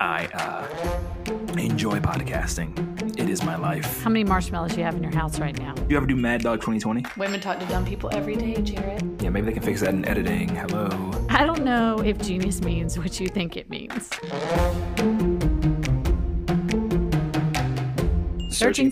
I uh, enjoy podcasting. It is my life. How many marshmallows do you have in your house right now? You ever do Mad Dog 2020? Women talk to dumb people every day, Jared. Yeah, maybe they can fix that in editing. Hello. I don't know if genius means what you think it means. Searching,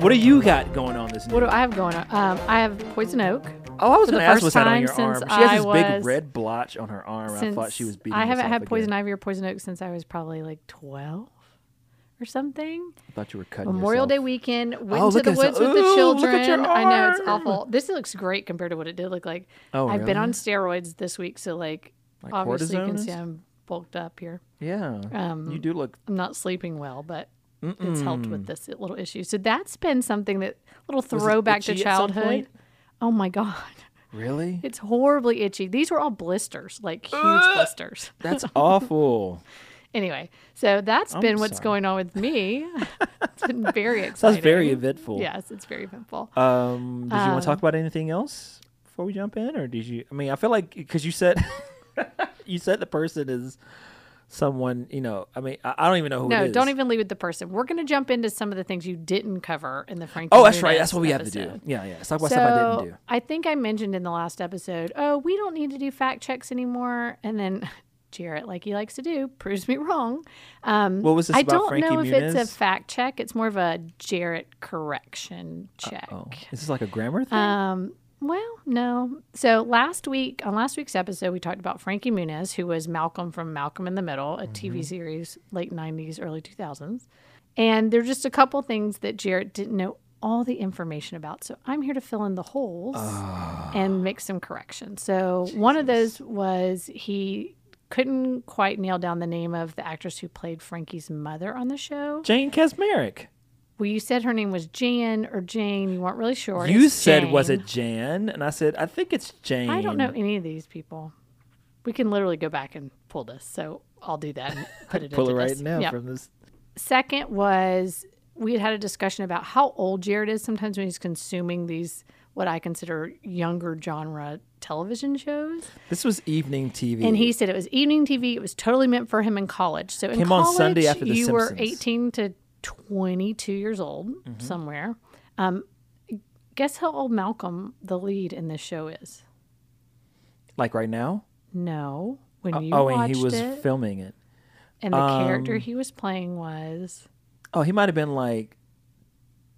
What do you got going on this? What do I have going on? Um, I have poison oak. oh, I was for the going to ask first what's that on time your arm. since She has this I big was- red blotch on her arm. I thought she was beating. I haven't herself had poison Again. ivy or poison oak since I was probably like 12 or something. I thought you were cutting Memorial yourself. Day weekend, went Oh, to look the at this- woods with the Ooh, look children. at your I know it's arm. awful. This looks great compared to what it did look like. Oh, I've been really? on steroids this week, so like, Like obviously you cortisone can see is? I'm bulked up here. Yeah, you do look. Um, I'm not sleeping well, but it's helped with this little issue. So that's been something that little throwback to itchy at some childhood. point? Oh my god, Really? it's horribly itchy. These were all blisters, like huge blisters. That's awful. Anyway, so that's I'm been what's sorry. going on with me. it's been very exciting. Sounds very eventful. Yes, it's very eventful. Um, did you want to talk about anything else before we jump in, or did you? I mean, I feel like because you said you said the person is someone. You know, I mean, I, I don't even know who. no, it is. don't even leave with the person. We're going to jump into some of the things you didn't cover in the Frank. Oh, that's right. That's what we have to do. episode. Yeah, yeah. Let's talk about so stuff I didn't do. I think I mentioned in the last episode, oh, we don't need to do fact checks anymore. And then Jarrett, like he likes to do, proves me wrong. Um, What was this I about don't Frankie know if it's Muniz? a fact check. It's more of a Jarrett correction check. Oh, is this like a grammar thing? Um, well, no. So last week, on last week's episode, we talked about Frankie Muniz, who was Malcolm from Malcolm in the Middle, a Mm-hmm. TV series, late 90s, early 2000s. And there are just a couple things that Jarrett didn't know all the information about. So I'm here to fill in the holes Ah. and make some corrections. So one of those was he couldn't quite nail down the name of the actress who played Frankie's mother on the show. Jane Kasmerick. Well, you said her name was Jan or Jane. You weren't really sure. You It's said was Jane. it Jan? And I said I think it's Jane. I don't know any of these people. We can literally go back and pull this. So I'll do that and put it Pull it into right this. now Yeah. from this. Second was we had had a discussion about how old Jared is sometimes when he's consuming these what I consider younger genre television shows. This was evening TV. And he said it was evening TV. It was totally meant for him in college. So in Came on college, Sunday after The you were Simpsons. Mm-hmm. 18 to 22 years old somewhere. Um, guess how old Malcolm, the lead in this show, is? like right now. No. When you oh, and watched he was um, it, filming it. and the character he was playing was Oh, he might have been like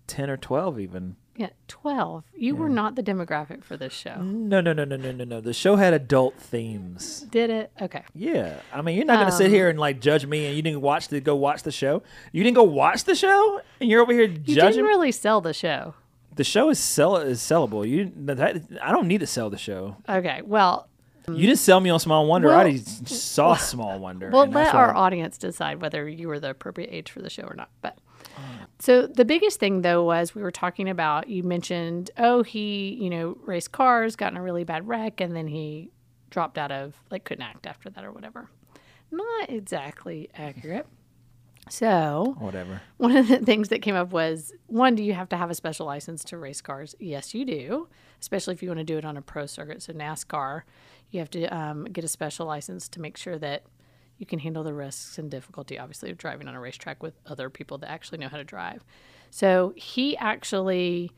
ten or twelve even. yeah, 12. You were not the demographic for this show. No, no, no, no, no, no, no. The show had adult themes. Did it? Okay. Yeah, I mean, you're not gonna Um, sit here and like judge me, and you didn't watch the go watch the show. You didn't go watch the show, and you're over here You judging. didn't really sell the show. the show is sell is sellable. You that, I don't need to sell the show. Okay. Well, You didn't sell me on Small Wonder. I Well- already s- saw Small Wonder. we'll and that's let why- our audience decide whether you were the appropriate age for the show or not. But Oh. so the biggest thing though was we were talking about you mentioned oh he you know raced cars got in a really bad wreck and then he dropped out of like couldn't act after that or whatever. Not exactly accurate. So whatever. one of the things that came up was one, do you have to have a special license to race cars? Yes, you do, especially if you want to do it on a pro circuit. So, NASCAR, you have to um, get a special license to make sure that you can handle the risks and difficulty, obviously, of driving on a racetrack with other people that actually know how to drive. So, he actually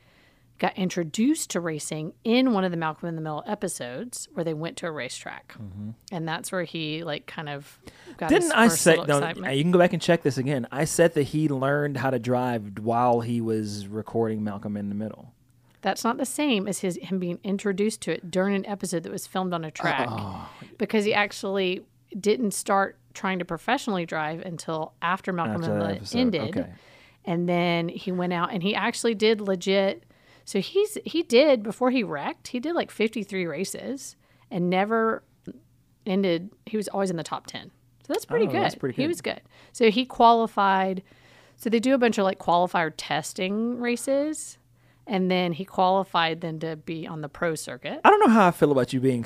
got introduced to racing in one of the Malcolm in the Middle episodes where they went to a racetrack. And that's where he, like, kind of got his Mm-hmm. Didn't I first say? little No, excitement. you can go back and check this again. I said that he learned how to drive while he was recording Malcolm in the Middle. That's not the same as his him being introduced to it during an episode that was filmed on a track, Oh. because he actually didn't start trying to professionally drive until after Malcolm After and that Lily episode, ended, okay. and then he went out and he actually did legit. So he's he did before he wrecked. He did like fifty three races and never ended. He was always in the top ten. So that's pretty Oh, good. that's pretty He good. was good. So he qualified. So they do a bunch of like qualifier testing races and then he qualified then to be on the pro circuit. I don't know how I feel about you being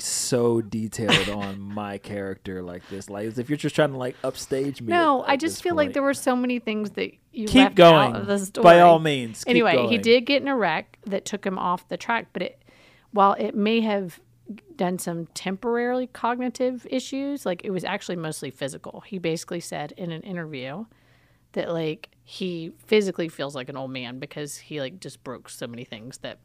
so detailed on my character like this. Like, as if you're just trying to like upstage me. No, at- I at just this feel like point. there were so many things that you Keep left going, out of the story. by all means, keep anyway, he going. did get in a wreck that took him off the track, but it while it may have done some temporarily cognitive issues. Like it was actually mostly physical. He basically said in an interview that like he physically feels like an old man because he like just broke so many things that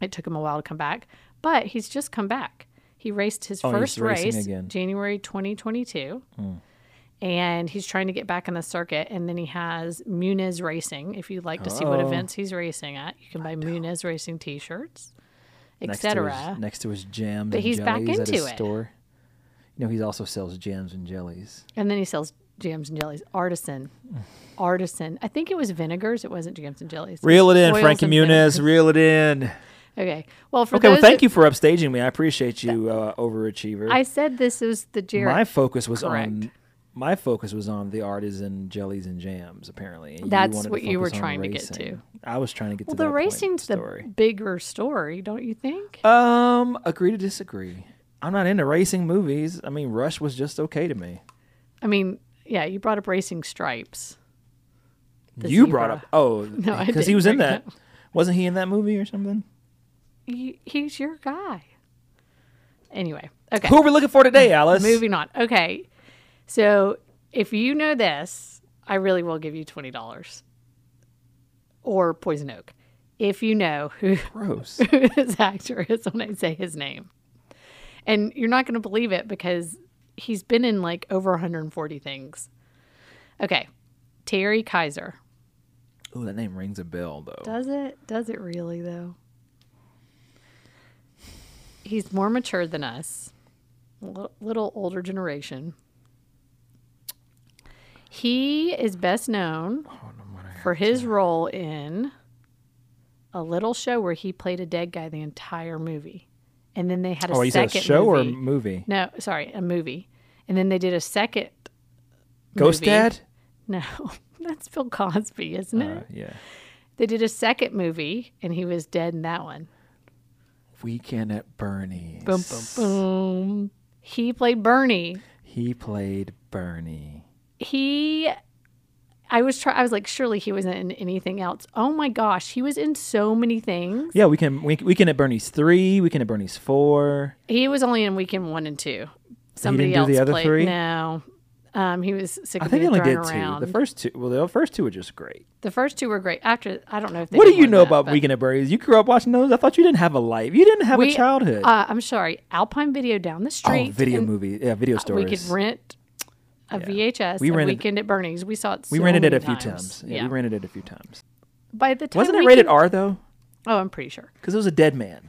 it took him a while to come back. But he's just come back. He raced his Oh, he's first racing race again. January 2022. And he's trying to get back on the circuit. And then he has Muniz Racing. If you'd like to see what Oh. events he's racing at, you can buy Muniz Racing t shirts, next to etc. his- Next to his jams But and he's back jellies at his into it. store. You know, he also sells jams and jellies. And then he sells jams and jellies. Artisan. Artisan. I think it was vinegars. It wasn't jams and jellies. Reel it in, Oils Frankie and vinegars. Muniz. Reel it in. Okay. Well, for Okay, well, those thank that- you for upstaging me. I appreciate you, uh, overachiever. I said this was the Jared. my focus was on Correct. my focus was on the artisan jellies and jams. Apparently, and That's wanted to what you were focus on trying to get racing. to. I was trying to get well, to that the point racing's in the the story. bigger story, don't you think? Um, agree to disagree. I'm not into racing movies. I mean, Rush was just okay to me. I mean, yeah, you brought up racing stripes. The you brought zebra. up oh No, I because he didn't was in bring that. up- Wasn't he in that movie or something? He, he's your guy. Anyway, okay. Who are we looking for today, Alice? Moving on. Okay, so if you know this, I really will give you twenty dollars or poison oak. If you know who Gross. who this actor is when I say his name. And you're not going to believe it because he's been in like over 140 things. Okay. Terry Kaiser. Ooh, that name rings a bell though. Does it? Does it really, though? He's more mature than us, a lit- little older generation. He is best known for his role in a little show where he played a dead guy the entire movie. And then they had a oh, you said second show or movie. movie? no, sorry, a movie. And then they did a second. Ghost movie. Dad? No, that's Bill Cosby, isn't it? Uh, yeah. They did a second movie, and he was dead in that one. Weekend at Bernie's. Boom, boom, boom. He played Bernie. He played Bernie. He, I was try. I was like, surely he wasn't in anything else. Oh my gosh, he was in so many things. Yeah, we can we, Weekend at Bernie's three, Weekend at Bernie's four. He was only in Weekend One and Two. Somebody didn't do else the other played. three? No, um, he was sick I of think they being only thrown did around. two. The first two, well, the first two were just great. The first two were great. After I don't know if they what do did you more know than that, about but- Weekend at Bernie's? You grew up watching those. I thought you didn't have a life. You didn't have We- a childhood. Uh, I'm sorry, Alpine Video down the street. oh, video and movie, yeah, video stores. We could rent a VHS. We We rented- rented Weekend at Bernie's. We saw it. We so rented it many a few times. times. Yeah, we rented it a few times. By the time Wasn't it we rated can- R though? Oh, I'm pretty sure. Because it was a dead man.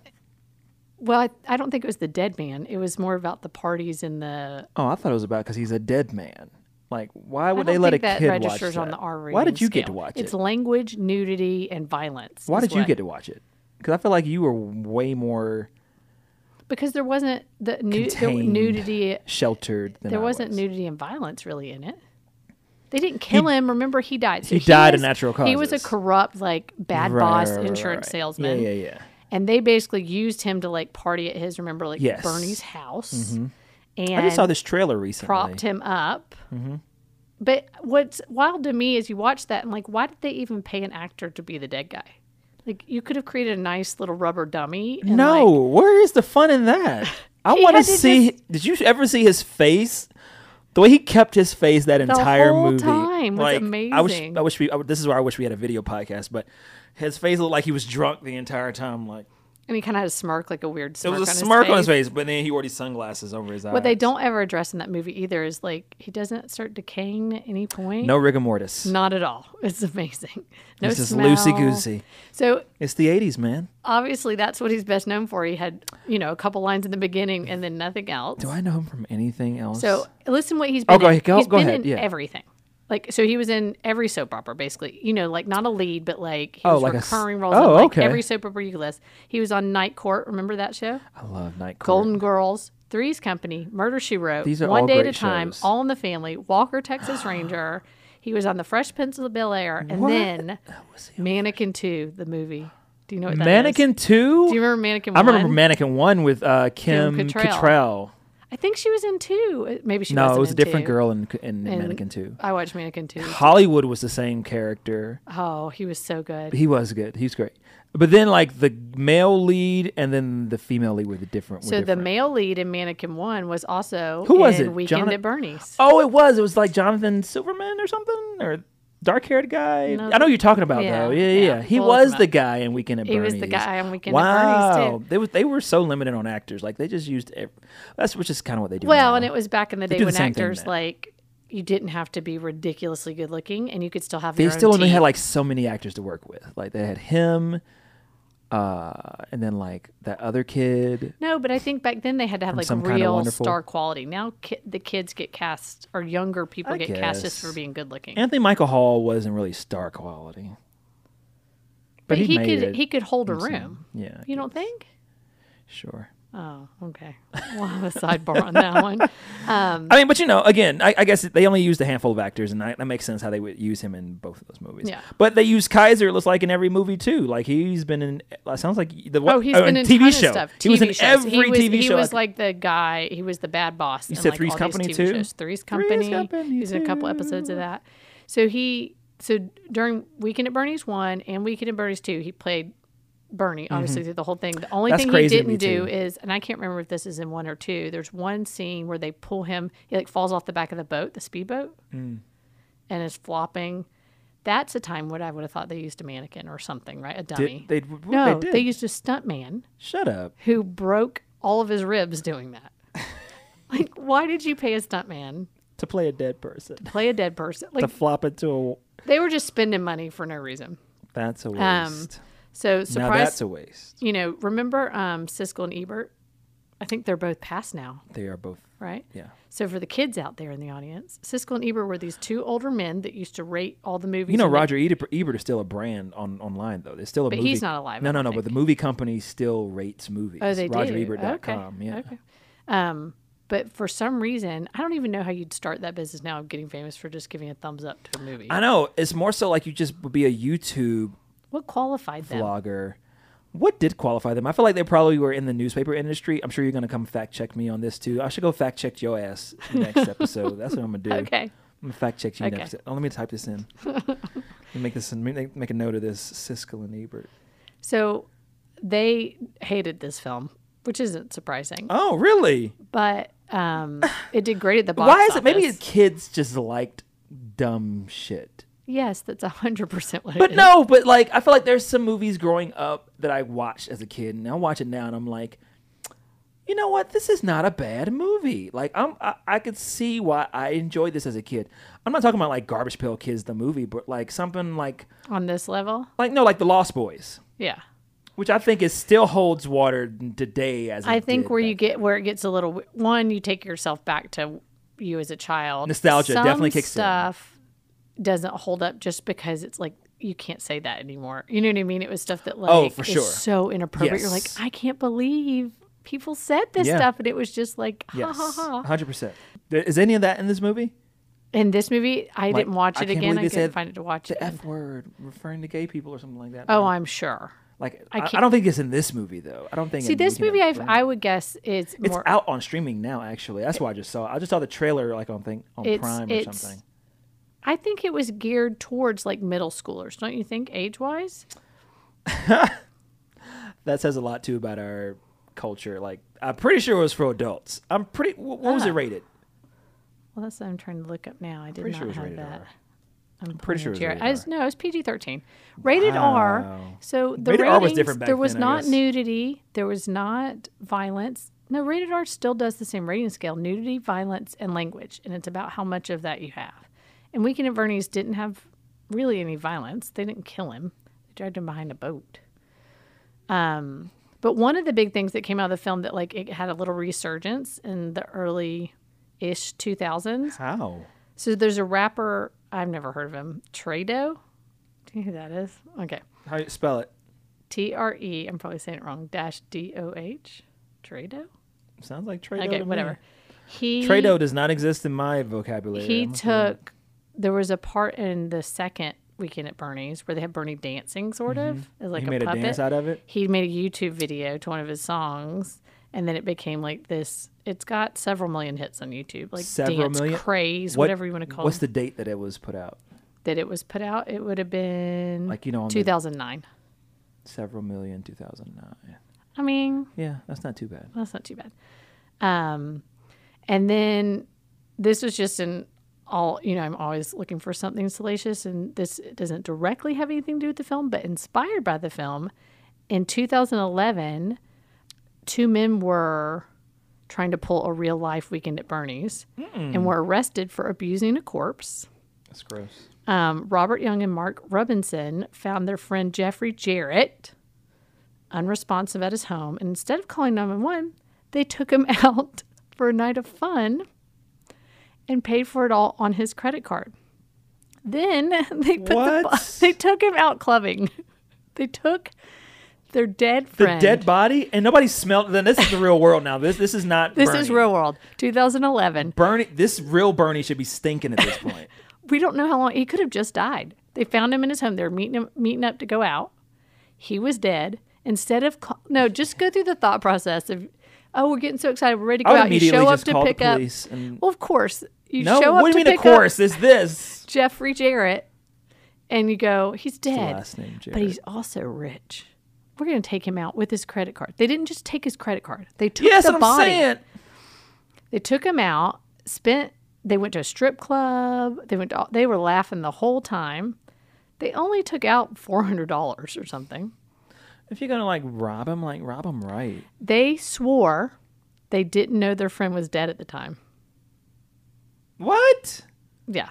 Well, I, I don't think it was the dead man. It was more about the parties and the. Oh, I thought it was about because he's a dead man. Like, why would I they don't let a think that kid watch registers that? on the R rating. Why did you get to scale. watch It's it? language, nudity, and violence. Why is did you what- get to watch it? Because I feel like you were way more Because there wasn't the nu- there, Contained. nudity. sheltered than There I wasn't was. nudity and violence really in it. They didn't kill him. Remember, he died. So he died of was- natural He was a causes. corrupt, like bad Right, boss right, right, insurance right. salesman. Yeah, yeah, yeah. and they basically used him to like party at his remember like Yes. Mm-hmm. Bernie's house and I just saw this trailer recently. propped him up. Mm-hmm. But what's wild to me is you watch that and like, why did they even pay an actor to be the dead guy? Like you could have created a nice little rubber dummy. And No, like, where is the fun in that? I He want to had to see. Did you ever see his face? The way he kept his face that entire whole movie, time was like I wish, amazing. I wish we. I, this is where I wish we had a video podcast, but his face looked like he was drunk the entire time. Like and he kind of had a smirk, like a weird there smirk. was a on smirk his face. on his face, but then he wore these sunglasses over his eyes. What they don't ever address in that movie either is like he doesn't start decaying at any point. No rigor mortis. not at all. It's amazing. No this is smell. loosey goosey. So It's the '80s, man. obviously that's what he's best known for. He had, you know, a couple lines in the beginning and then nothing else. Do I know him from anything else? So listen what he's been Oh, go in. ahead, go- He's go been ahead, in yeah. everything. Like so he was in every soap opera basically. You know, like not a lead, but like he Oh, was like a s- recurring roles oh, in like okay. every soap opera you could list. He was on Night Court, remember that show? I love Night Court. Golden Girls, Three's Company, Murder She Wrote, These are One all Day at a great Time, shows. All in the Family, Walker Texas Ranger. He was on The Fresh Prince of Bel Air, and What? then was he Mannequin Two, the movie. Do you know what that is? Mannequin Two. Do you remember Mannequin? I remember One? Mannequin One with uh, Kim, Kim Cattrall. Cattrall. I think she was in two. Uh, Maybe she no, wasn't it was a in different two. girl in, in And- Mannequin 2. I watched Mannequin two. Hollywood was the same character. Oh, he was so good. He was good. He's great. But then, like the male lead and then the female lead were the different. were so the different. male lead in Mannequin one was also Who was in it? Weekend Jonah- at Bernie's. Oh, it was. It was like Jonathan Silverman or something, or dark haired guy. No, I know who you're talking about yeah, though. Yeah, yeah. yeah. yeah. He We'll look was him the up. guy in Weekend at He Bernie's. was the guy on Weekend at wow. Bernie's, too. They was they were so limited on actors. Like they just used. Every, that's which is kind of what they do. Well, now. and it was back in the They day do the when same thing actors then. like you didn't have to be ridiculously good looking, and you could still have. they your still own only had teeth. like so many actors to work with. Like they had him, uh, and then like that other kid. No, but I think back then they had to have like Some Kinda real Wonderful. star quality. Now ki- the kids get cast, or younger people I get cast just guess. for being good looking. Anthony Michael Hall wasn't really star quality, but, he, made could it. he could hold a room. yeah, I You don't guess. think? Sure. Oh, okay. We'll have a sidebar on that one. I mean, but you know, again, I, I guess they only used a handful of actors, and that, that makes sense how they would use him in both of those movies. Yeah. But they use Kaiser. It looks like in every movie too. Like he's been in. It sounds like the Oh, he's been in TV ton show. Of stuff. He was TV in shows. every he was, TV he show. was like the guy. He was the bad boss. You said Three's Company, too? Shows. Three's Three's Company. Company, he was in a couple episodes of that. So he so during Weekend at Bernie's one and Weekend at Bernie's two, he played Bernie obviously through the whole thing. The only Mm-hmm. That's thing he crazy to me, didn't do too. is, and I can't remember if this is in one or two. There's one scene where they pull him. He like falls off the back of the boat, the speedboat, Mm. and is flopping. That's a time what I would have thought they used a mannequin or something, right? A dummy. they- w- w- no, they did. they used a stunt man Shut up. who broke all of his ribs doing that. like, why did you pay a stuntman, To play a dead person. play a dead person? To Like, flop it to a. they were just spending money for no reason. That's a waste. Um, so, now surprise, that's a waste. you know, remember um, Siskel and Ebert? I think they're both past now, They are both. right? Yeah. So, for the kids out there in the audience, Siskel and Ebert were these two older men that used to rate all the movies. You know, and they- Roger Ebert, Ebert is still a brand on online though. There's still a But movie. he's not alive, No, I no, don't no. But think. the movie company still rates movies. Oh, they do. RogerEbert.com. Okay. Yeah. Okay. Um, but for some reason, I don't even know how you'd start that business now of getting famous for just giving a thumbs up to a movie. I know. It's more so like you just would be a YouTube what qualified them? vlogger. What did qualify them? I feel like they probably were in the newspaper industry. I'm sure you're going to come fact check me on this too. I should go fact check your ass next episode. That's what I'm going to do. Okay. I'm going to fact check you Okay. next. Oh, let me type this in. Let me make this make make a note of this Siskel and Ebert. So they hated this film, which isn't surprising, Oh, really? but um, it did great at the box Why is it? Maybe office. his kids just liked dumb shit. yes, that's hundred percent what. it But is. no, but like I feel like there's some movies growing up that I watched as a kid, and I watch it now, and I'm like, you know what? This is not a bad movie. Like I'm, I, I could see why I enjoyed this as a kid. I'm not talking about like Garbage Pail Kids the movie, but like something like on this level, like no, like The Lost Boys, yeah, which I think is still holds water today. As I it think did where back you get where it gets a little one, you take yourself back to you as a child. Nostalgia Some definitely kicks in. stuff doesn't hold up just because it's like you can't say that anymore. You know what I mean? It was stuff that like Oh, for is sure. so inappropriate. You're like, Yes. I can't believe people said this Yeah. stuff, and it was just like, ha Yes, ha ha. 100. percent Is any of that in this movie? In this movie, I Like, didn't watch I it can't again. believe I they couldn't said find it to watch it. The F word, referring to gay people or something like that. oh, I'm sure. Like I I, I, can't- don't think it's in this movie though. I don't think. See, in this Weekend at movie, I, Bernie's. I would guess is it's more. out on streaming now. Actually, that's why I just saw. It. I just saw the trailer like on thing on It's- Prime or it's- something. I think it was geared towards like middle schoolers, don't you think? Age wise, That says a lot too about our culture. Like I'm pretty sure it was for adults. I'm pretty. wh- What, what Ah, was it rated? well, that's what I'm trying to look up now. I did Pretty not sure it was have rated that. R. I'm pretty sure it was Jared. rated I just, no, it was PG-13. Rated R. Wow. So the Rated ratings, R was different back there was then, I not guess. nudity. There was not violence. No, rated R still does the same rating scale: nudity, violence, and language. And it's about how much of that you have. And Weekend at Bernie's didn't have really any violence. They didn't kill him. They dragged him behind a boat. Um, but one of the big things that came out of the film that like it had a little resurgence in the early ish 2000s How? so there's a rapper I've never heard of him, Trado. Do you know who that is? Okay, How you spell it? T R E. I'm probably saying it wrong. Dash D O H. Trado. Sounds like Trado. Okay, to me. whatever. He Trado does not exist in my vocabulary. He I'm- took. There was a part in the second weekend at Bernie's where they had Bernie dancing, sort of, as like Mm-hmm. He a made a puppet. dance out of it? He made a YouTube video to one of his songs, and then it became like this. It's got several million hits on YouTube, like Several dance million? craze, What- whatever you want to call What's it. the date that it was put out? that it was put out. It would have been Like, you know, on the- 2009. Several million, 2009. I mean, Yeah, that's not too bad. that's not too bad. Um, and then this was just an all you know. I'm always looking for something salacious, and this doesn't directly have anything to do with the film, but inspired by the film. In 2011, two men were trying to pull a real life weekend at Bernie's Hmm. and were arrested for abusing a corpse. That's gross. um, Robert Young and Mark Robinson found their friend Jeffrey Jarrett unresponsive at his home. And instead of calling 911, they took him out for a night of fun and paid for it all on his credit card. Then they put the bo- What? they took him out clubbing. They took their dead The friend. dead body, and nobody smelled. Then this is the real world now. This this is not. this Bernie. is real world, 2011. Bernie, this real Bernie should be stinking at this point. we don't know how long he could have just died. They found him in his home. They're meeting him, meeting up to go out. He was dead. Instead of call, no, just go through the thought process of, oh, we're getting so excited, we're ready to I go would out. You immediately show up just to call the pick up. police and- Well, of course, you No, show up what do to you mean? pick Of course, is this up Jeffrey Jarrett, and you go, he's dead. last name, But he's also rich. We're going to take him out with his credit card. They didn't just take his credit card. They took yes? the I'm body. saying They took him out, spent they went to a strip club. They went to, they were laughing the whole time. They only took out $400 or something. if you're gonna like rob him, like rob him right. They swore they didn't know their friend was dead at the time. What? Yeah.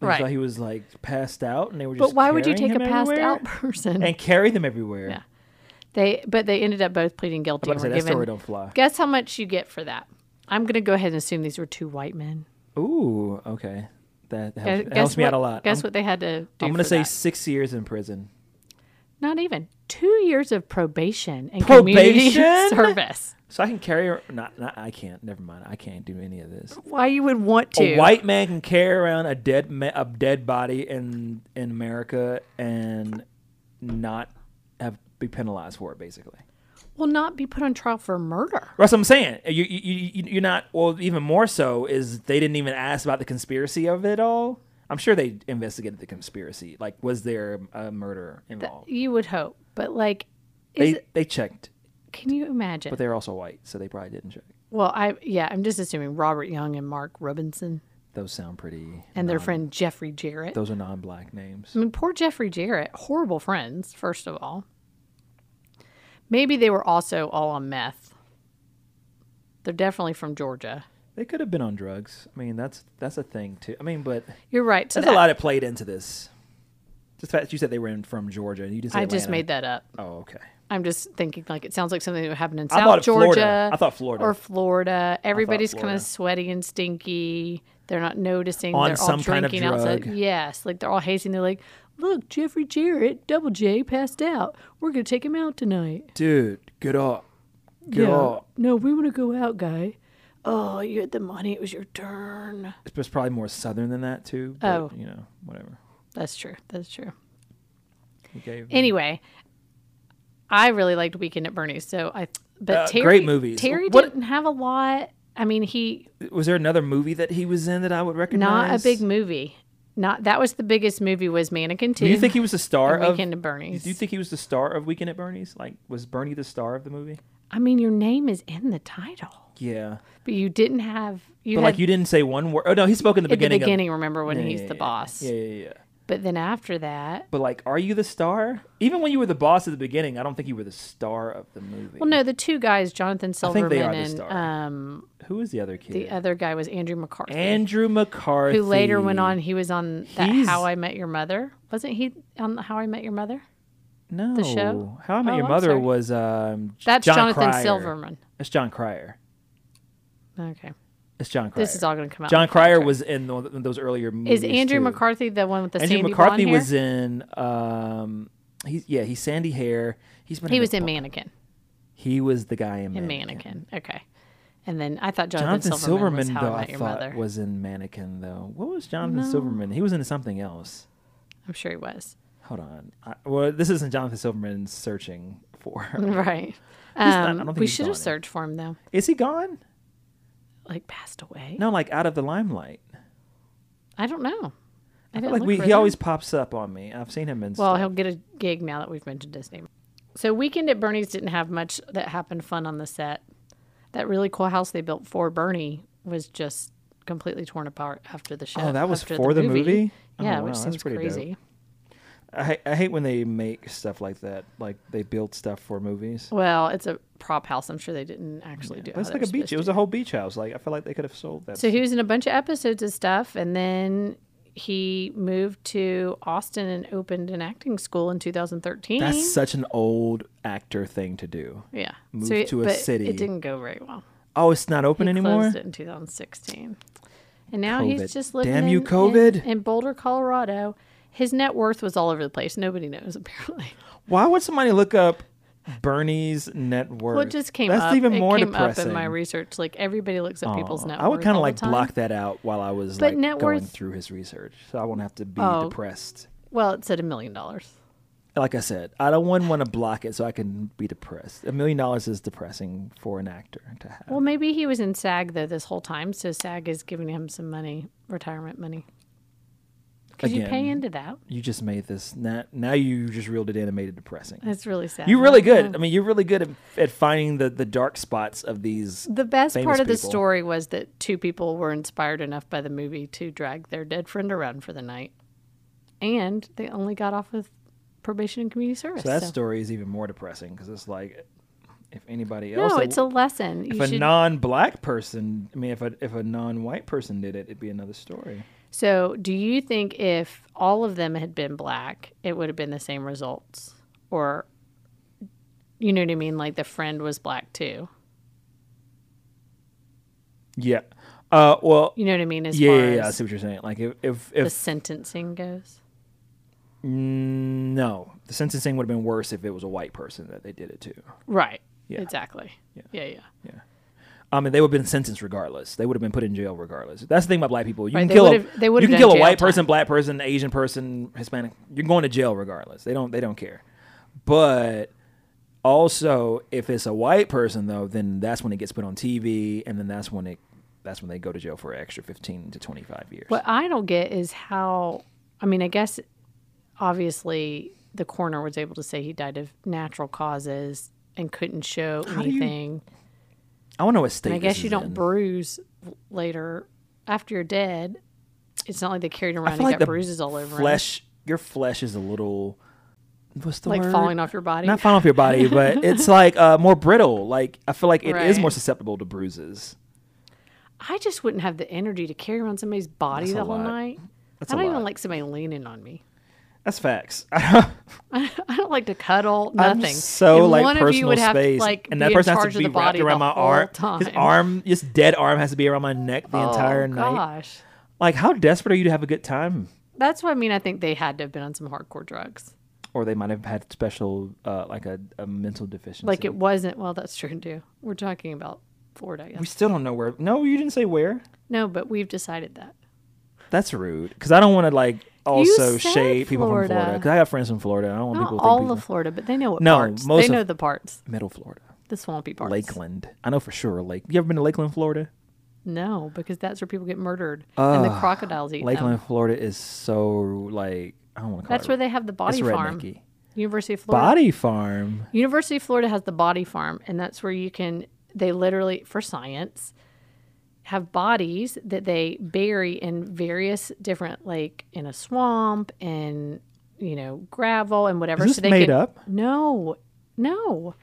They Right. thought he was like passed out, and they were just. But why would you take carrying a him passed everywhere? out person? and carry them everywhere? Yeah. They but they ended up both pleading guilty I'm about to and say were that story given. don't fly. Guess how much you get for that? I'm going to go ahead and assume these were two white men. Ooh, okay, that helps, Guess, that guess helps me what, out a lot. Guess I'm, what they had to do I'm for gonna say that? six years in prison. Not even two years of probation and community Probation? service. So I can carry. Not, not. I can't. Never mind. I can't do any of this. Why you would want to? A white man can carry around a dead ma- a dead body in in America and not have be penalized for it. Basically, will not be put on trial for murder. that's what I'm saying. You you you you're not. Well, even more so is they didn't even ask about the conspiracy of it all. I'm sure they investigated the conspiracy. Like, was there a murder involved? You would hope, but like, is They it, they checked, can you imagine? but they're also white, so they probably didn't check. well, I yeah, I'm just assuming Robert Young and Mark Robinson Those sound pretty. and their friend Jeffrey Jarrett. Those are non-black names. I mean, poor Jeffrey Jarrett. Horrible friends, first of all. Maybe they were also all on meth. They're definitely from Georgia. They could have been on drugs. I mean, that's that's a thing too. I mean, but You're right. To There's that. a lot that played into this. Just the fact that you said they were in from Georgia, and you just I just made that up. Oh, okay. I'm just thinking like it sounds like something that would happen in I South thought Georgia. Florida. I thought Florida. or Florida. Everybody's kind Florida. of sweaty and stinky. They're not noticing. On they're some all kind of drinking outside. drug. Yes, like they're all hazing. They're like, "Look, Jeffrey Jarrett, Double J, passed out. We're gonna take him out tonight." Dude, get up, get up. No, we want to go out, guy. Oh, you had the money. It was your turn. It was probably more southern than that too. But, Oh. you know, whatever. That's true. That's true. He gave. Anyway, I really liked Weekend at Bernie's. So I, but Uh, Terry, great movies. Terry What- didn't have a lot. I mean, he was there another movie that he was in that I would recognize? not a big movie. Not that was the biggest movie was Mannequin Two. Do you think he was the star and of Weekend at Bernie's. Do you think he was the star of Weekend at Bernie's? Like, was Bernie the star of the movie? I mean, your name is in the title, Yeah, but you didn't have you but had like you didn't say one word. Oh no, he spoke in the at beginning. the beginning. remember when of, Yeah, he's yeah, the yeah. boss, Yeah, yeah, yeah. but then after that, But like, are you the star? Even when you were the boss at the beginning, I don't think you were the star of the movie. well, no, the two guys, Jonathan think Silverman they are the and star. um, Who was the other kid? the other guy was Andrew McCarthy, Andrew McCarthy, who later went on. He was on that He's- How I Met Your Mother, wasn't he on How I Met Your Mother? No, show? How I Met Oh, Your I'm Mother sorry. was um, J- That's John Jonathan Cryer. Silverman. That's John Cryer. Okay, That's John Cryer. this is all going to come out. John in the contract. Cryer was in tho- those earlier movies. Is Andrew too. McCarthy the one with the Andrew sandy McCarthy blonde was hair? in. Um, he's yeah, he's sandy hair. He's been. He was a in bu- Mannequin. He was the guy in In Mannequin. Mannequin. Okay. And then I thought Jonathan, Jonathan Silverman, Silverman, was How I though, I Met Your thought Mother. was in Mannequin though. What was Jonathan Silverman? He was in something else. I'm sure he was. Hold on. I, well, this isn't Jonathan Silverman searching for. Right. not- I Um, don't think we he's should have gone. searched for him though. Is he gone? Like passed away. No, like out of the limelight. I don't know. I didn't Like look we, for he them. always pops up on me. I've seen him in. Well, stuff. he'll get a gig now that we've mentioned his name. So, Weekend at Bernie's didn't have much that happened fun on the set. That really cool house they built for Bernie was just completely torn apart after the show. Oh, that was after for the movie? Oh, Yeah, wow, which that's seems pretty dope. crazy. I, ha- I hate when they make stuff like that. Like they build stuff for movies. Well, it's a prop house. I'm sure they didn't actually do. But how it's they like were a beach. supposed It was to. a whole beach house. Like I feel like they could have sold that. So he was in a bunch of episodes of stuff, and then he moved to Austin and opened an acting school in 2013. That's such an old actor thing to do. yeah. moved so it- to a but city. It didn't go very well. Oh, it's not open He anymore. Closed it in 2016, and now COVID. he's just living. Damn you, in, COVID. In, in Boulder, Colorado. His net worth was all over the place. Nobody knows apparently. Why would somebody look up Bernie's net worth? Well, it just came That's up. even it more came depressing. up in my research. Like everybody looks at people's Aw, net worth. I would kind of all the like time. block that out while I was But like net going worth- through his research, so I won't have to be Oh. depressed. Well, it said a million dollars. Like I said, I don't want to block it so I can be depressed. A million dollars is depressing for an actor to have. Well, maybe he was in SAG though this whole time, so SAG is giving him some money, retirement money. Could you Again. pay into that? you just made this now. Now you just reeled it in and made it depressing. That's really sad. You're really good. Yeah. I mean, you're really good at, at finding the, the dark spots of these. The best famous part of the people. story was that two people were inspired enough by the movie to drag their dead friend around for the night, and they only got off with probation and community service. So that so- story is even more depressing because it's like, if anybody no, else, it's a lesson. You if a should- non-black person, I mean, if a if a non-white person did it, it'd be another story. so, do you think if all of them had been black, it would have been the same results, or you know what I mean? Like the friend was black too. Yeah. Uh. Well. You know what I mean? As Yeah, far yeah, yeah, I as see what you're saying. Like if if, the if sentencing goes. no, the sentencing would have been worse if it was a white person that they did it to. Right. Yeah. Exactly. Yeah. Yeah. I mean, they would have been sentenced regardless. They would have been put in jail regardless. That's the thing about black people. You Right, can they kill a, would've- they would've you can done kill a jail white time. person, black person, Asian person, Hispanic. You're going to jail regardless. They don't they don't care. But also, if it's a white person though, then that's when it gets put on TV, and then that's when it that's when they go to jail for an extra 15 to 25 years. What I don't get is how. I mean, I guess obviously the coroner was able to say he died of natural causes and couldn't show do you- anything. I want to know what state. and I guess this you is don't in. bruise later after you're dead. It's not like they carried him I around feel and like got the bruises all over flesh. Your flesh is a little. What's the him, like word? falling off your body. Not falling off your body, but it's like uh, more brittle. Like I feel like it is Right. more susceptible to bruises. I just wouldn't have the energy to carry around somebody's body That's a the whole lot. night. That's I a don't lot. even like somebody leaning on me. That's facts. I I don't like to cuddle. am Nothing. so And like one personal of you would have space, to, like, and be that in person has charge to of be the wrapped body around the my whole arm. Time. His arm, this dead arm, has to be around my neck the entire oh, night. Gosh, Like, how desperate are you to have a good time? that's what I mean. I think they had to have been on some hardcore drugs. Or they might have had special, uh, like a, a mental deficiency. Like it wasn't. Well, that's true too. We're talking about Florida. I we guess. still don't know where. No, you didn't say where. No, but we've decided that. That's rude. Because I don't want to like also said shade people from Florida. Florida. Because I got friends from Florida. and I don't want Not people to all think people of Florida, but they know what No, parts. most they of- know the parts. middle Florida, The swampy parts. Lakeland. I know for sure. Lake. You ever been to Lakeland, Florida? No, because that's where people get murdered and Ah, the crocodiles eat Lakeland, them. Florida is so like I don't want to Oh. call That's it. where they have the body it's farm. rednecky. University of Florida. Body farm. University of Florida has the body farm, and that's where you can, they literally, for science, have bodies that they bury in various different, like in a swamp and, you know, gravel and whatever. Is this so they made can- up? No, no.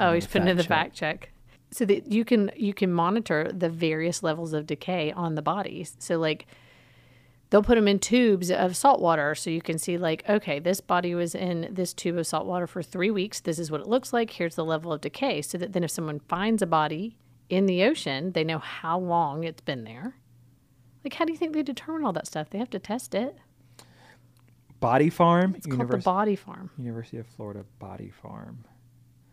Oh, he's putting in the fact fact check. So that you can you can monitor the various levels of decay on the bodies. So like they'll put them in tubes of salt water so you can see like okay this body was in this tube of salt water for three weeks this is what it looks like here's the level of decay so that then if someone finds a body in the ocean they know how long it's been there like how do you think they determine all that stuff they have to test it Body farm. it's called the Univers- body farm University of Florida body farm.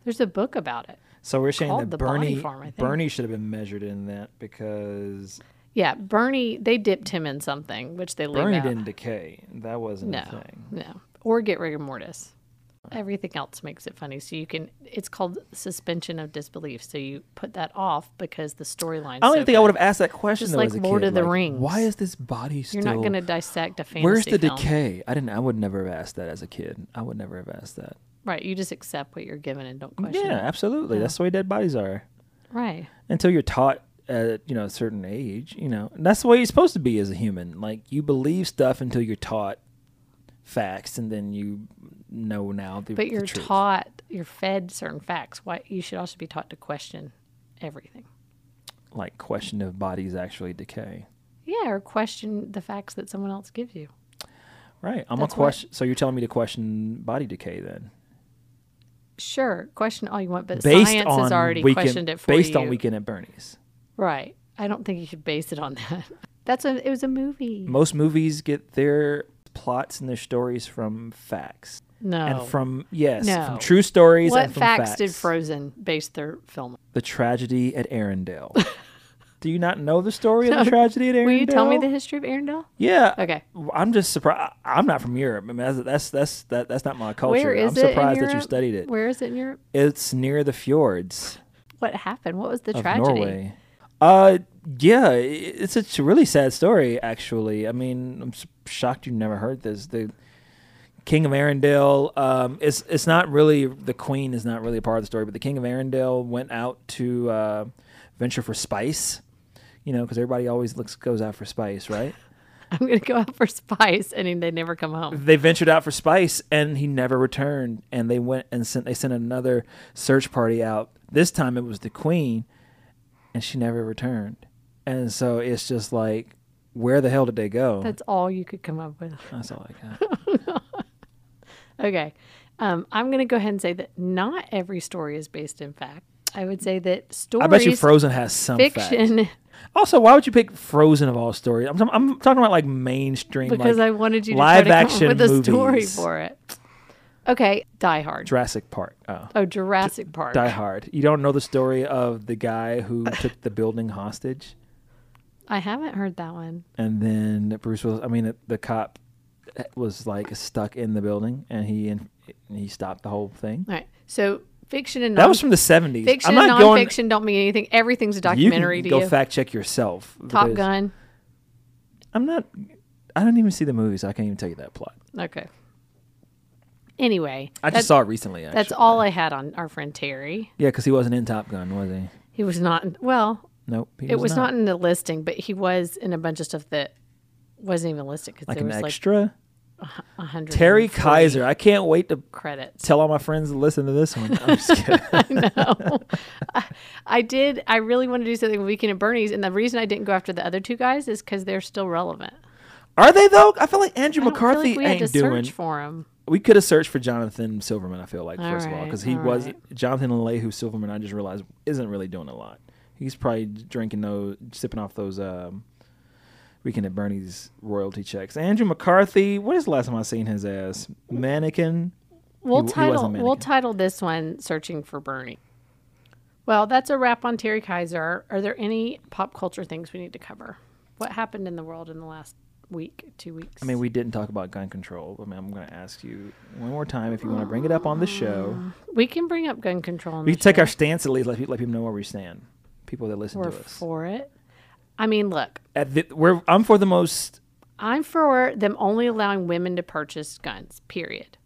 there's a book about it So we're saying called that the Body Bernie Farm, I think. Bernie should have been measured in that because yeah bernie they dipped him in something which they leave Bernie out. didn't decay. That wasn't no a thing. no or get rigor mortis everything else makes it funny. So you can, it's called suspension of disbelief. So you put that off because the storyline. I don't even think I would have asked that question. Just though, like as a Lord kid. of the like, Rings. Why is this body still? You're not going to dissect a fantasy. Where's the film. decay? I didn't. I would never have asked that as a kid. I would never have asked that. Right. You just accept what you're given and don't question. Yeah, it. absolutely. That's the way dead bodies are. Right. Until you're taught at you know a certain age, you know and that's the way you're supposed to be as a human. Like you believe stuff until you're taught facts, and then you know now the. But the you're truth. taught, you're fed certain facts. Why you should also be taught to question everything. like question if bodies actually decay. Yeah, or question the facts that someone else gives you. Right. I'm That's a what- question. So you're telling me to question body decay then, Sure, question all you want, but based science on has already weekend, questioned it for based you. on Weekend at Bernie's. Right. I don't think you should base it on that. That's a. It was a movie. Most movies get their plots and their stories from facts No. and from yes, Oh. No. from true stories what and from facts, did Frozen base their film? on? the tragedy at Arendelle. Do you not know the story of the No. tragedy at Arendelle? Will you tell me the history of Arendelle? Yeah. Okay. I'm just surprised. I'm not from Europe. I mean, that's that's that's that, that's not my culture. Where is I'm it? in surprised that you Europe? studied it. Where is it in Europe? It's near the fjords. What happened? What was the of tragedy? Norway. Uh, yeah, i- it's a t- really sad story, actually. I mean, I'm s- shocked you never heard this. The King of Arendelle. Um, it's it's not really the Queen is not really a part of the story, but the King of Arendelle went out to uh, venture for spice. You know, because everybody always looks goes out for spice, right? I'm gonna go out for spice, and they never come home. they ventured out for spice and he never returned and they went and sent they sent another search party out this time it was the queen and she never returned and so it's just like where the hell did they go That's all you could come up with. that's all i got Okay. Um, I'm going to go ahead and say that not every story is based in fact. I would say that stories, i bet you frozen has some fact. fiction, also why would you pick frozen of all stories i'm, t- I'm talking about like mainstream because like I wanted you to live try to come action up with a story movies. for it. Okay. Die Hard. jurassic park oh oh, Jurassic Park. die hard you don't know the story of the guy who took the building hostage I haven't heard that one. and then Bruce Willis. I mean, the, the cop was like stuck in the building, and he and he stopped the whole thing. All right. So fiction and non- That was from the seventies. fiction I'm and not going. nonfiction don't mean anything. Everything's a You documentary can to go you. fact check yourself. Top because Gun. I'm not. I don't even see the movies. I can't even tell you that plot. Okay. Anyway, I that- just saw it recently. Actually. that's all I had on our friend Terry. Yeah, because he wasn't in Top Gun, was he? He was not well. Nope. he It was not. in the listing, but he was in a bunch of stuff that wasn't even listed because like there an was extra. like a hundred. Terry Kaiser. I can't wait to credits. tell all my friends to listen to this one. I'm just kidding. I did. I really want to do something with Weekend at Bernie's, and the reason I didn't go after the other two guys is because they're still relevant. Are they though? I feel like Andrew I don't feel like McCarthy we had to ain't doing. search for him. we could have searched for Jonathan Silverman. I feel like All first of all, right, because he all was right. Jonathan Lehu Silverman. I just realized isn't really doing a lot. He's probably drinking those, sipping off those um, weekend at Bernie's royalty checks. Andrew McCarthy. What is the last time I seen his ass? Mannequin. We'll He- he title. wasn't we'll mannequin. title this one "Searching for Bernie." Well, that's a wrap on Terry Kaiser. Are there any pop culture things we need to cover? What happened in the world in the last week, two weeks? I mean, we didn't talk about gun control. I mean, I'm going to ask you one more time if you want to bring it up on the show. we can bring up gun control. on We the can take our stance at least. Let, pe- let people know where we stand. People that listen We're to us. for it. I mean, look, At the, we're, I'm for the most. I'm for them only allowing women to purchase guns, period.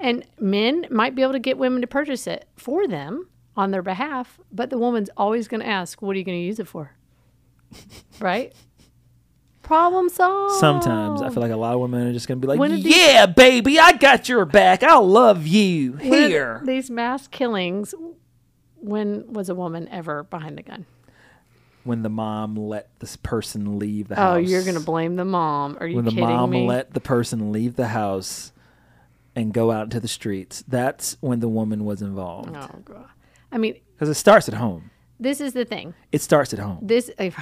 and men might be able to get women to purchase it for them on their behalf, but the woman's always going to ask, What are you going to use it for? right? Problem solved. Sometimes I feel like a lot of women are just going to be like, When did Oh. these- "Yeah, baby, I got your back. I love you When- here." These mass killings, when was a woman ever behind the gun? When the mom let this person leave the Oh, house. you're going to blame the mom. Are you When the kidding mom me? let the person leave the house and go out into the streets, that's when the woman was involved. oh, God. I mean, Because it starts at home. this is the thing. It starts at home. This uh, right.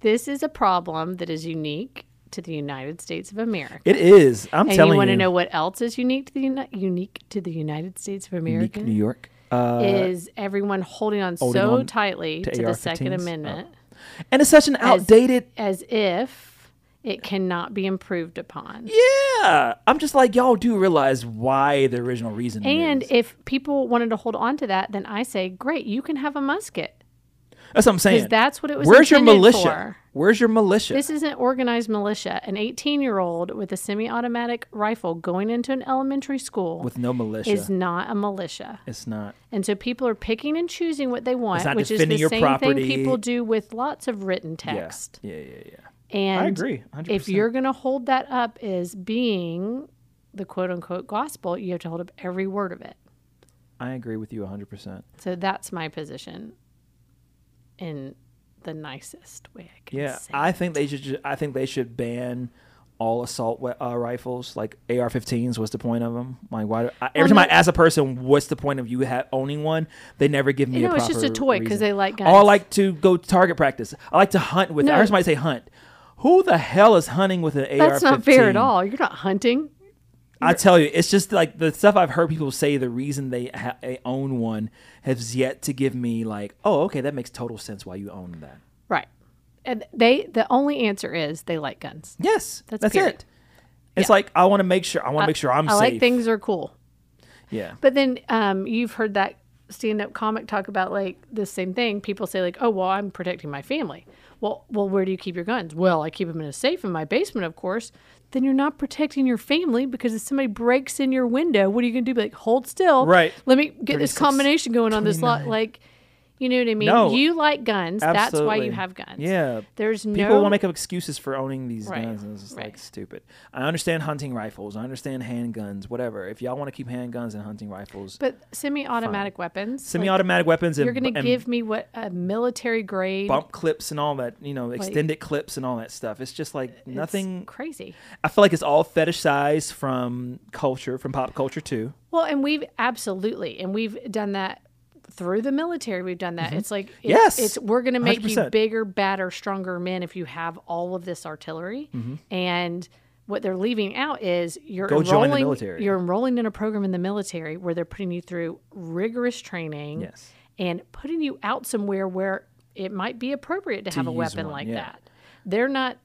this is a problem that is unique to the United States of America. It is. I'm and you telling want to know what else is unique to the Uni- unique to the United States of unique America New York. Uh, is everyone holding on holding so on tightly to Uh, to the Second AR-15s? Amendment oh, and it's such an outdated. as if It cannot be improved upon. Yeah, I'm just like y'all do realize why the original reason And is. if people wanted to hold on to that, then I say, great, you can have a musket. that's what I'm saying. Because that's what it was Where's your intended militia? for. Where's your militia? This is an organized militia. An 18 year old with a semi automatic rifle going into an elementary school With no militia, is not a militia. it's not. And so people are picking and choosing what they want, not which is the defending your same property. thing people do with lots of written text. Yeah, yeah, yeah, yeah. And agree, if 100%. you're going to hold that up as being the quote unquote gospel, you have to hold up every word of it. I agree with you 100. percent So that's my position in the nicest way I can Yeah, say. I think they should. ju- I think they should ban all assault we- uh, rifles. Like AR-15s, what's the point of them? Like, why? do- I, every time I no- ask a person, what's the point of you ha- owning one? They never give me. You a know, it's just a proper toy 'cause reason. they like Oh, I guns. like to go target practice. I like to hunt with. it. I No. heard somebody say hunt. Who the hell is hunting with an AR? that's not fair at all. You're not hunting. I tell you, it's just like the stuff I've heard people say. The reason they, ha- they own one has yet to give me like, oh, okay, that makes total sense why you own that. Right. And they the only answer is they like guns. Yes, that's, That's period. it. It's like I want to make sure I want to make sure I'm I safe. like things are cool. Yeah, But then um, you've heard that stand up comic talk about like the same thing. People say like, "Oh, well, I'm protecting my family." Well, well, where do you keep your guns? Well, I keep them in a safe in my basement, of course. Then you're not protecting your family because if somebody breaks in your window, what are you going to do? Be like, "Hold still." Right. Let me get this 36, combination going on this lot like you know what I mean? No. you like guns. That's why absolutely. you have guns. Yeah, There's no people will make up excuses for owning these Right, guns, and it's just like right. stupid. I understand hunting rifles. I understand handguns. Whatever. If y'all want to keep handguns and hunting rifles, But semi-automatic weapons. like, semi-automatic weapons, and, you're going to and give me what a military grade. bump clips and all that, you know, extended clips and all that stuff. It's just like It's nothing. crazy. I feel like it's all fetishized from culture, from pop culture too. Well, and we've absolutely, and we've done that through the military. We've done that. It's like it- Mm-hmm. Yes. it's we're going to make you 100%. bigger, badder, stronger men if you have all of this artillery. And what they're leaving out is you're Mm-hmm. Go enrolling, join the military. You're enrolling in a program in the military where they're putting you through rigorous training Yes. and putting you out somewhere where it might be appropriate to, have a use weapon one, like yeah. that. They're not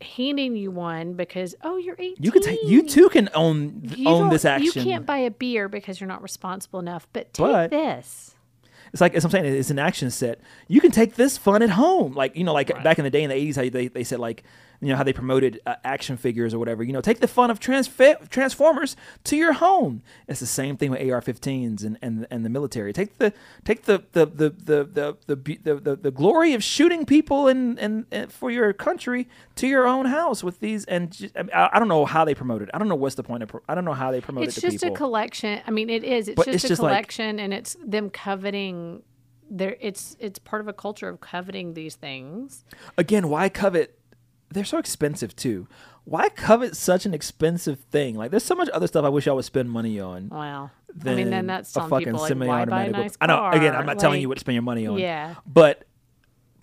handing you one because oh you're 18 You could, ta you too, can own th- you own don't- this action. You can't buy a beer because you're not responsible enough, but take But- this. It's like as I'm saying, it's an action set. You can take this fun at home, like you know, like back in the day in the '80s, how they, they said like, you know, how they promoted uh, action figures or whatever. You know, take the fun of transfe- Transformers to your home. It's the same thing with AR-15s and, and and the military. Take the take the the the the the the be- the, the, the glory of shooting people and, and and for your country to your own house with these. And ju- I, mean, I I don't know how they promote it. I don't know what's the point of. Pro- I don't know how they promote It's it to just people. a collection. I mean, it is. It's But just it's a just like- collection, and it's them coveting. There, it's it's part of a culture of coveting these things. again, why covet? They're so expensive too. Why covet such an expensive thing? Like, there's so much other stuff I wish I would spend money on. Wow. Than Uh, I mean, then that's a telling fucking people like, why buy a semi-automatic. weapon. nice I know. Again, I'm car? not telling you Like, what to spend your money on. Yeah. But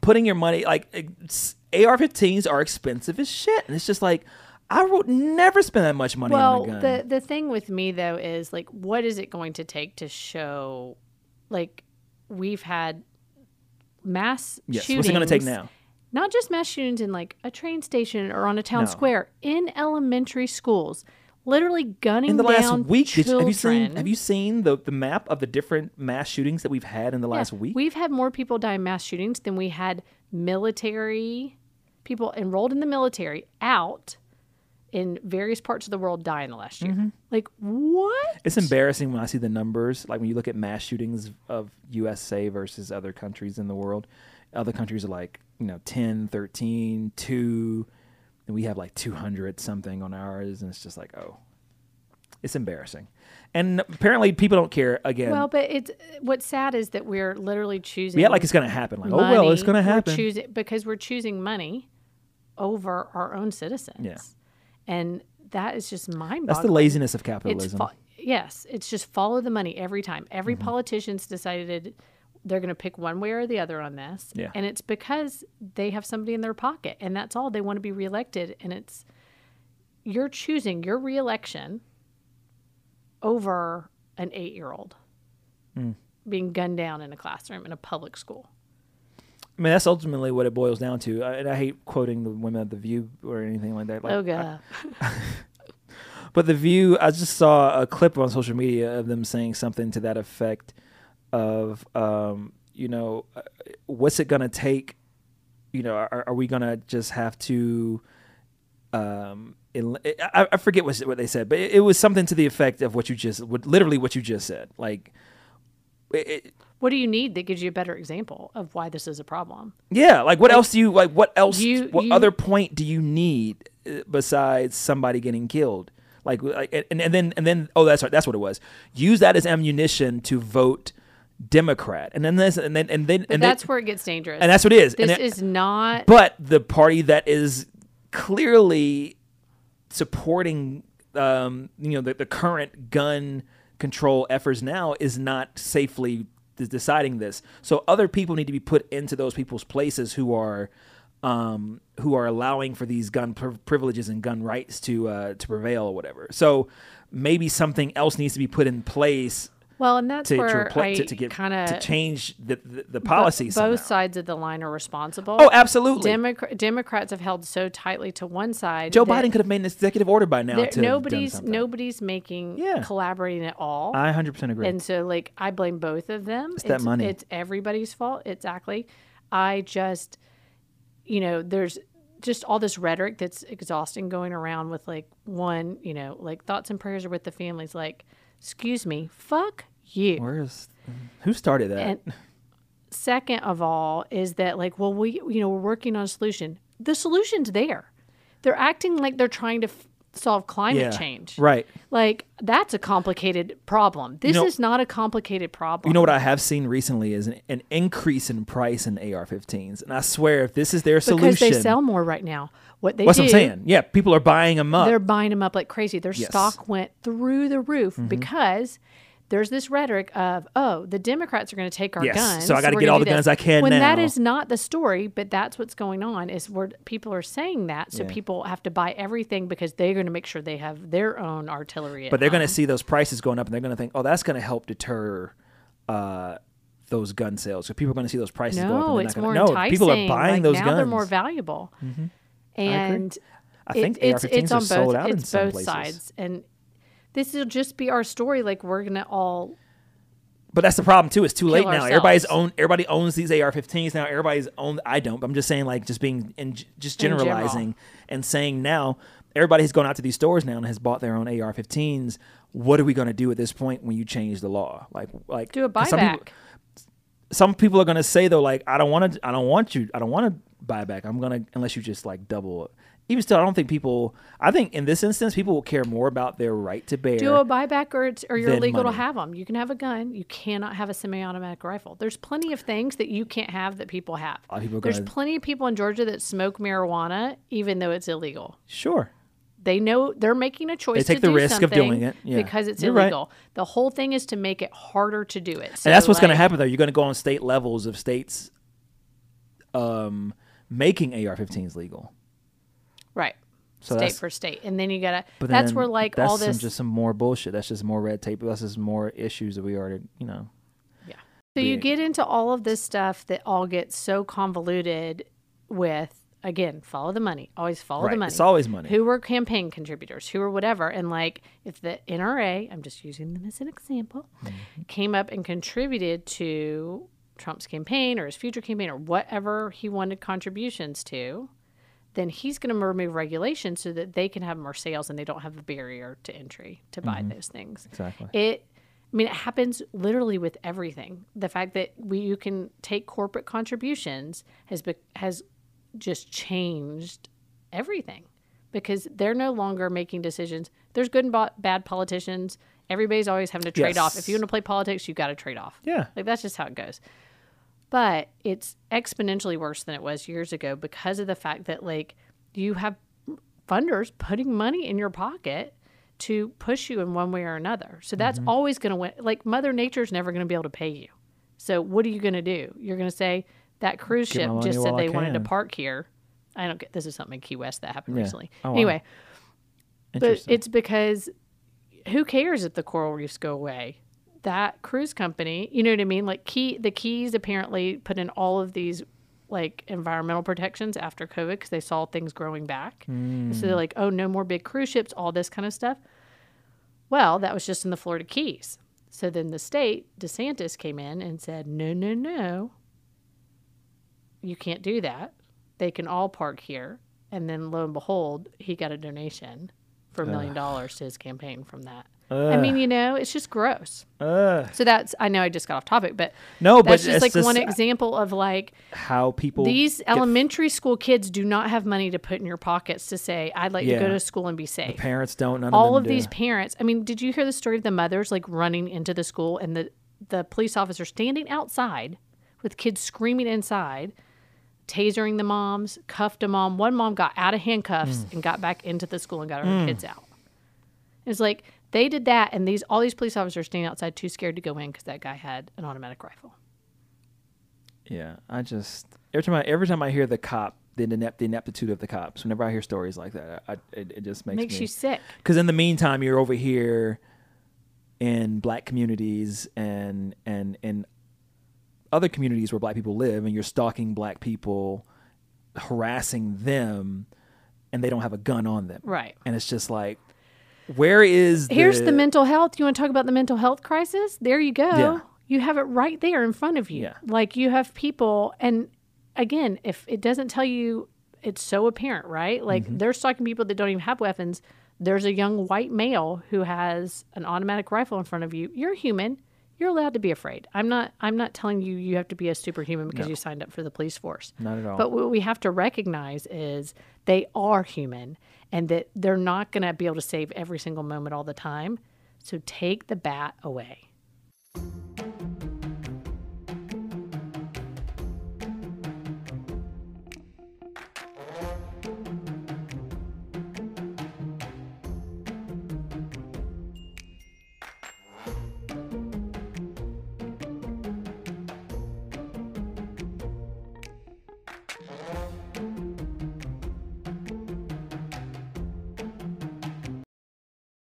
putting your money like eh, it's- AR-15s are expensive as shit, and it's just like I would never spend that much money Well, on a gun. the the thing with me though is like, what is it going to take to show? Like, we've had mass yes. shootings. What's it gonna take now? not just mass shootings in like a train station or on a town No. square in elementary schools literally gunning In the down last week, did you- children. have you seen have you seen the, the map of the different mass shootings that we've had in the Yeah, last week? we've had more people die in mass shootings than we had military people enrolled in the military out in various parts of the world die in the last year Mm-hmm. like what It's embarrassing when I see the numbers, like when you look at mass shootings of USA versus other countries in the world. Other countries are like, you know, 10, 13, 2, and we have like 200 something on ours. And it's just like, oh, it's embarrassing. And apparently people don't care again. well but it's what's sad is that we're literally choosing yeah, like it's going to happen. Like, money. oh, well, it's going to We're happen. choosing- because we're choosing money over our own citizens. Yeah. And that is just mind boggling. That's the laziness of It's capitalism. fo- yes, it's just follow the money every time. Every Mm-hmm. politician's decided they're going to pick one way or the other on this. Yeah. And it's because they have somebody in their pocket and that's all they want to be reelected. And it's you're choosing your reelection over an Mm. eight year old being gunned down in a classroom in a public school. I mean, that's ultimately what it boils down to. I, and I hate quoting the women of the View or anything like that. Like, Oh god. But the view, I just saw a clip on social media of them saying something to that effect of, um, you know, uh, what's it going to take? You know, are, are we going to just have to, um, el- I, I forget what, what they said, but it, it was something to the effect of what you just, what, literally what you just said. Like, it, it, What do you need that gives you a better example of why this is a problem? yeah, like what else do you, like what else, You- what you- other point do you need uh, besides somebody getting killed? Like, like, and, and then and then oh that's right that's what it was. Use that as ammunition to vote Democrat, and then this and then and then But and that's then, where it gets dangerous. and that's what it is. This and it- is not but the party that is clearly supporting um, you know the, the current gun control efforts now is not safely de- deciding this so other people need to be put into those people's places who are um, who are allowing for these gun pri- privileges and gun rights to uh, to prevail or whatever so maybe something else needs to be put in place well, and that's to to, where repla- I to, to get kind to of change the the, the policy Both somehow. sides of the line are responsible. oh absolutely Democrat, Democrats have held so tightly to one side. Joe that Biden could have made an executive order by now. there- to have done nobody's something. nobody's making Yeah. collaborating at all. I 100 percent agree. And so, like, I blame both of them. It's, that money. It's everybody's fault. Exactly. I just, you know, there's just all this rhetoric that's exhausting going around with like one, you know, like thoughts and prayers are with the families. Like, excuse me, fuck you. Where's who started that? And second of all is that like, well, we you know we're working on a solution. The solution's there. They're acting like they're trying to f- solve climate Yeah, change. right. Like that's a complicated problem. This know- is not a complicated problem. You know what I have seen recently is an, an increase in price in AR-15s, and I swear if this is their because solution, they sell more right now. What they what's do, I'm saying? Uh, Yeah, people are buying them up. they're buying them up like crazy. Their stock went through the roof Mm-hmm. because there's this rhetoric of, oh, the Democrats are going to take our Yes, guns. so I gotta we're get gonna all do the guns this." I can When that now. is not the story, but that's what's going on is where people are saying that, so people have to buy everything because they're going to make sure they have their own artillery. at But they're going to home. see those prices going up, and they're going to think, "Oh, that's going to help deter uh, those gun sales." So people are going to see those prices go up. No, and they're it's not more gonna, no, enticing. people are buying like, those now guns. Mm-hmm. They're more valuable, and I think it, it's AR-15s it's are on both. sold out in it's some both places. sides, and this will just be our story. Like we're gonna all But that's the problem too. It's too late now. ourselves. Everybody's own. Everybody owns these AR-15s now. Everybody's own. I don't. But I'm just saying, like, just being and just In general. generalizing and saying now, everybody's gone out to these stores now and has bought their own AR-15s. What are we going to do at this point when you change the law? Like, like do a 'cause Some buyback. people, some people are going to say though, like, I don't want to. I don't want you. I don't want to buy back. I'm gonna unless you just like double. it. Even still, I don't think people. I think in this instance, people will care more about their right to bear. do a buyback, or it's, or you're Then illegal money. to have them. You can have a gun. You cannot have a semi-automatic rifle. There's plenty of things that you can't have that people have. lot of people are There's gonna- plenty of people in Georgia that smoke marijuana, even though it's illegal. sure. They know they're making a choice. take to the do risk of something doing it. Yeah. because it's You're right. illegal. The whole thing is to make it harder to do it. So, and that's what's going to like, happen though. You're going to go on state levels of states um, making AR-15s legal. right? So state that's- for state, and then you gotta. But that's then where like that's all some- this. just some more bullshit. That's just more red tape. That's just more issues that we already, you know. yeah. So you get into all of this stuff that all gets so convoluted with. Again, follow the money. Always follow Right. the money. It's always money. Who were campaign contributors? Who were whatever? And like, if the NRA, I'm just using them as an example, Mm-hmm. came up and contributed to Trump's campaign or his future campaign or whatever he wanted contributions to, then he's going to remove regulations so that they can have more sales and they don't have a barrier to entry to buy those things. Mm-hmm. Exactly. It, I mean, it happens literally with everything. The fact that we you can take corporate contributions has be, has just changed everything because they're no longer making decisions. There's good and bo- bad politicians. Everybody's always having to trade off. If you Yes. want to play politics, you got to trade off. Yeah. Like that's just how it goes. But it's exponentially worse than it was years ago because of the fact that like you have funders putting money in your pocket to push you in one way or another. So that's Mm-hmm. always going to win. Like mother nature's never going to be able to pay you. So what are you going to do? You're going to say that cruise my ship money just while said I they wanted to can." park here. I don't get this is something in Key West that happened Yeah. recently. Oh, wow. Anyway, but Interesting. it's because who cares if the coral reefs go away? That cruise company, you know what I mean? Like key the keys apparently put in all of these like environmental protections after COVID because they saw things growing back. And so they're like, oh, no more big cruise ships, all this kind of stuff. Well, that was just in the Florida Keys. So then the state, DeSantis, came in and said, no, no, no, you can't do that. They can all park here. And then lo and behold, he got a donation for a million dollars to his campaign from that. I mean, you know, it's just gross. So that's, I know I just got off topic, but No, but that's just it's like just- one example of like, How people these get elementary school kids do not have money to put in your pockets to say, I'd like to Yeah. go to school and be safe. parents don't. None All of, of them do. these parents, I mean, did you hear the story of the mothers like running into the school and the, the police officer standing outside with kids screaming inside, tasering the moms, cuffed a mom. One mom got out of handcuffs Mm. and got back into the school and got her kids out. It was like they did that, and these all these police officers standing outside, too scared to go in because that guy had an automatic rifle. Yeah, I just every time I every time I hear the cop, the inept, the ineptitude of the cops. Whenever I hear stories like that, I, I, it, it just makes, Makes me you sick. Because in the meantime, you're over here in black communities and and in other communities where black people live, and you're stalking black people, harassing them, and they don't have a gun on them. Right. And it's just like, where is Here's the, the mental health. You want to talk about the mental health crisis? There you go. Yeah. You have it right there in front of you. Yeah. Like you have people, and again, if it doesn't tell you, it's so apparent, right? Like Mm-hmm. they're stalking people that don't even have weapons. There's a young white male who has an automatic rifle in front of you. You're human. You're allowed to be afraid. I'm not. I'm not telling you you have to be a superhuman because you signed up for the police force. Not at all. But what we have to recognize is they are human and that they're not going to be able to save every single moment all the time. So take the bat away.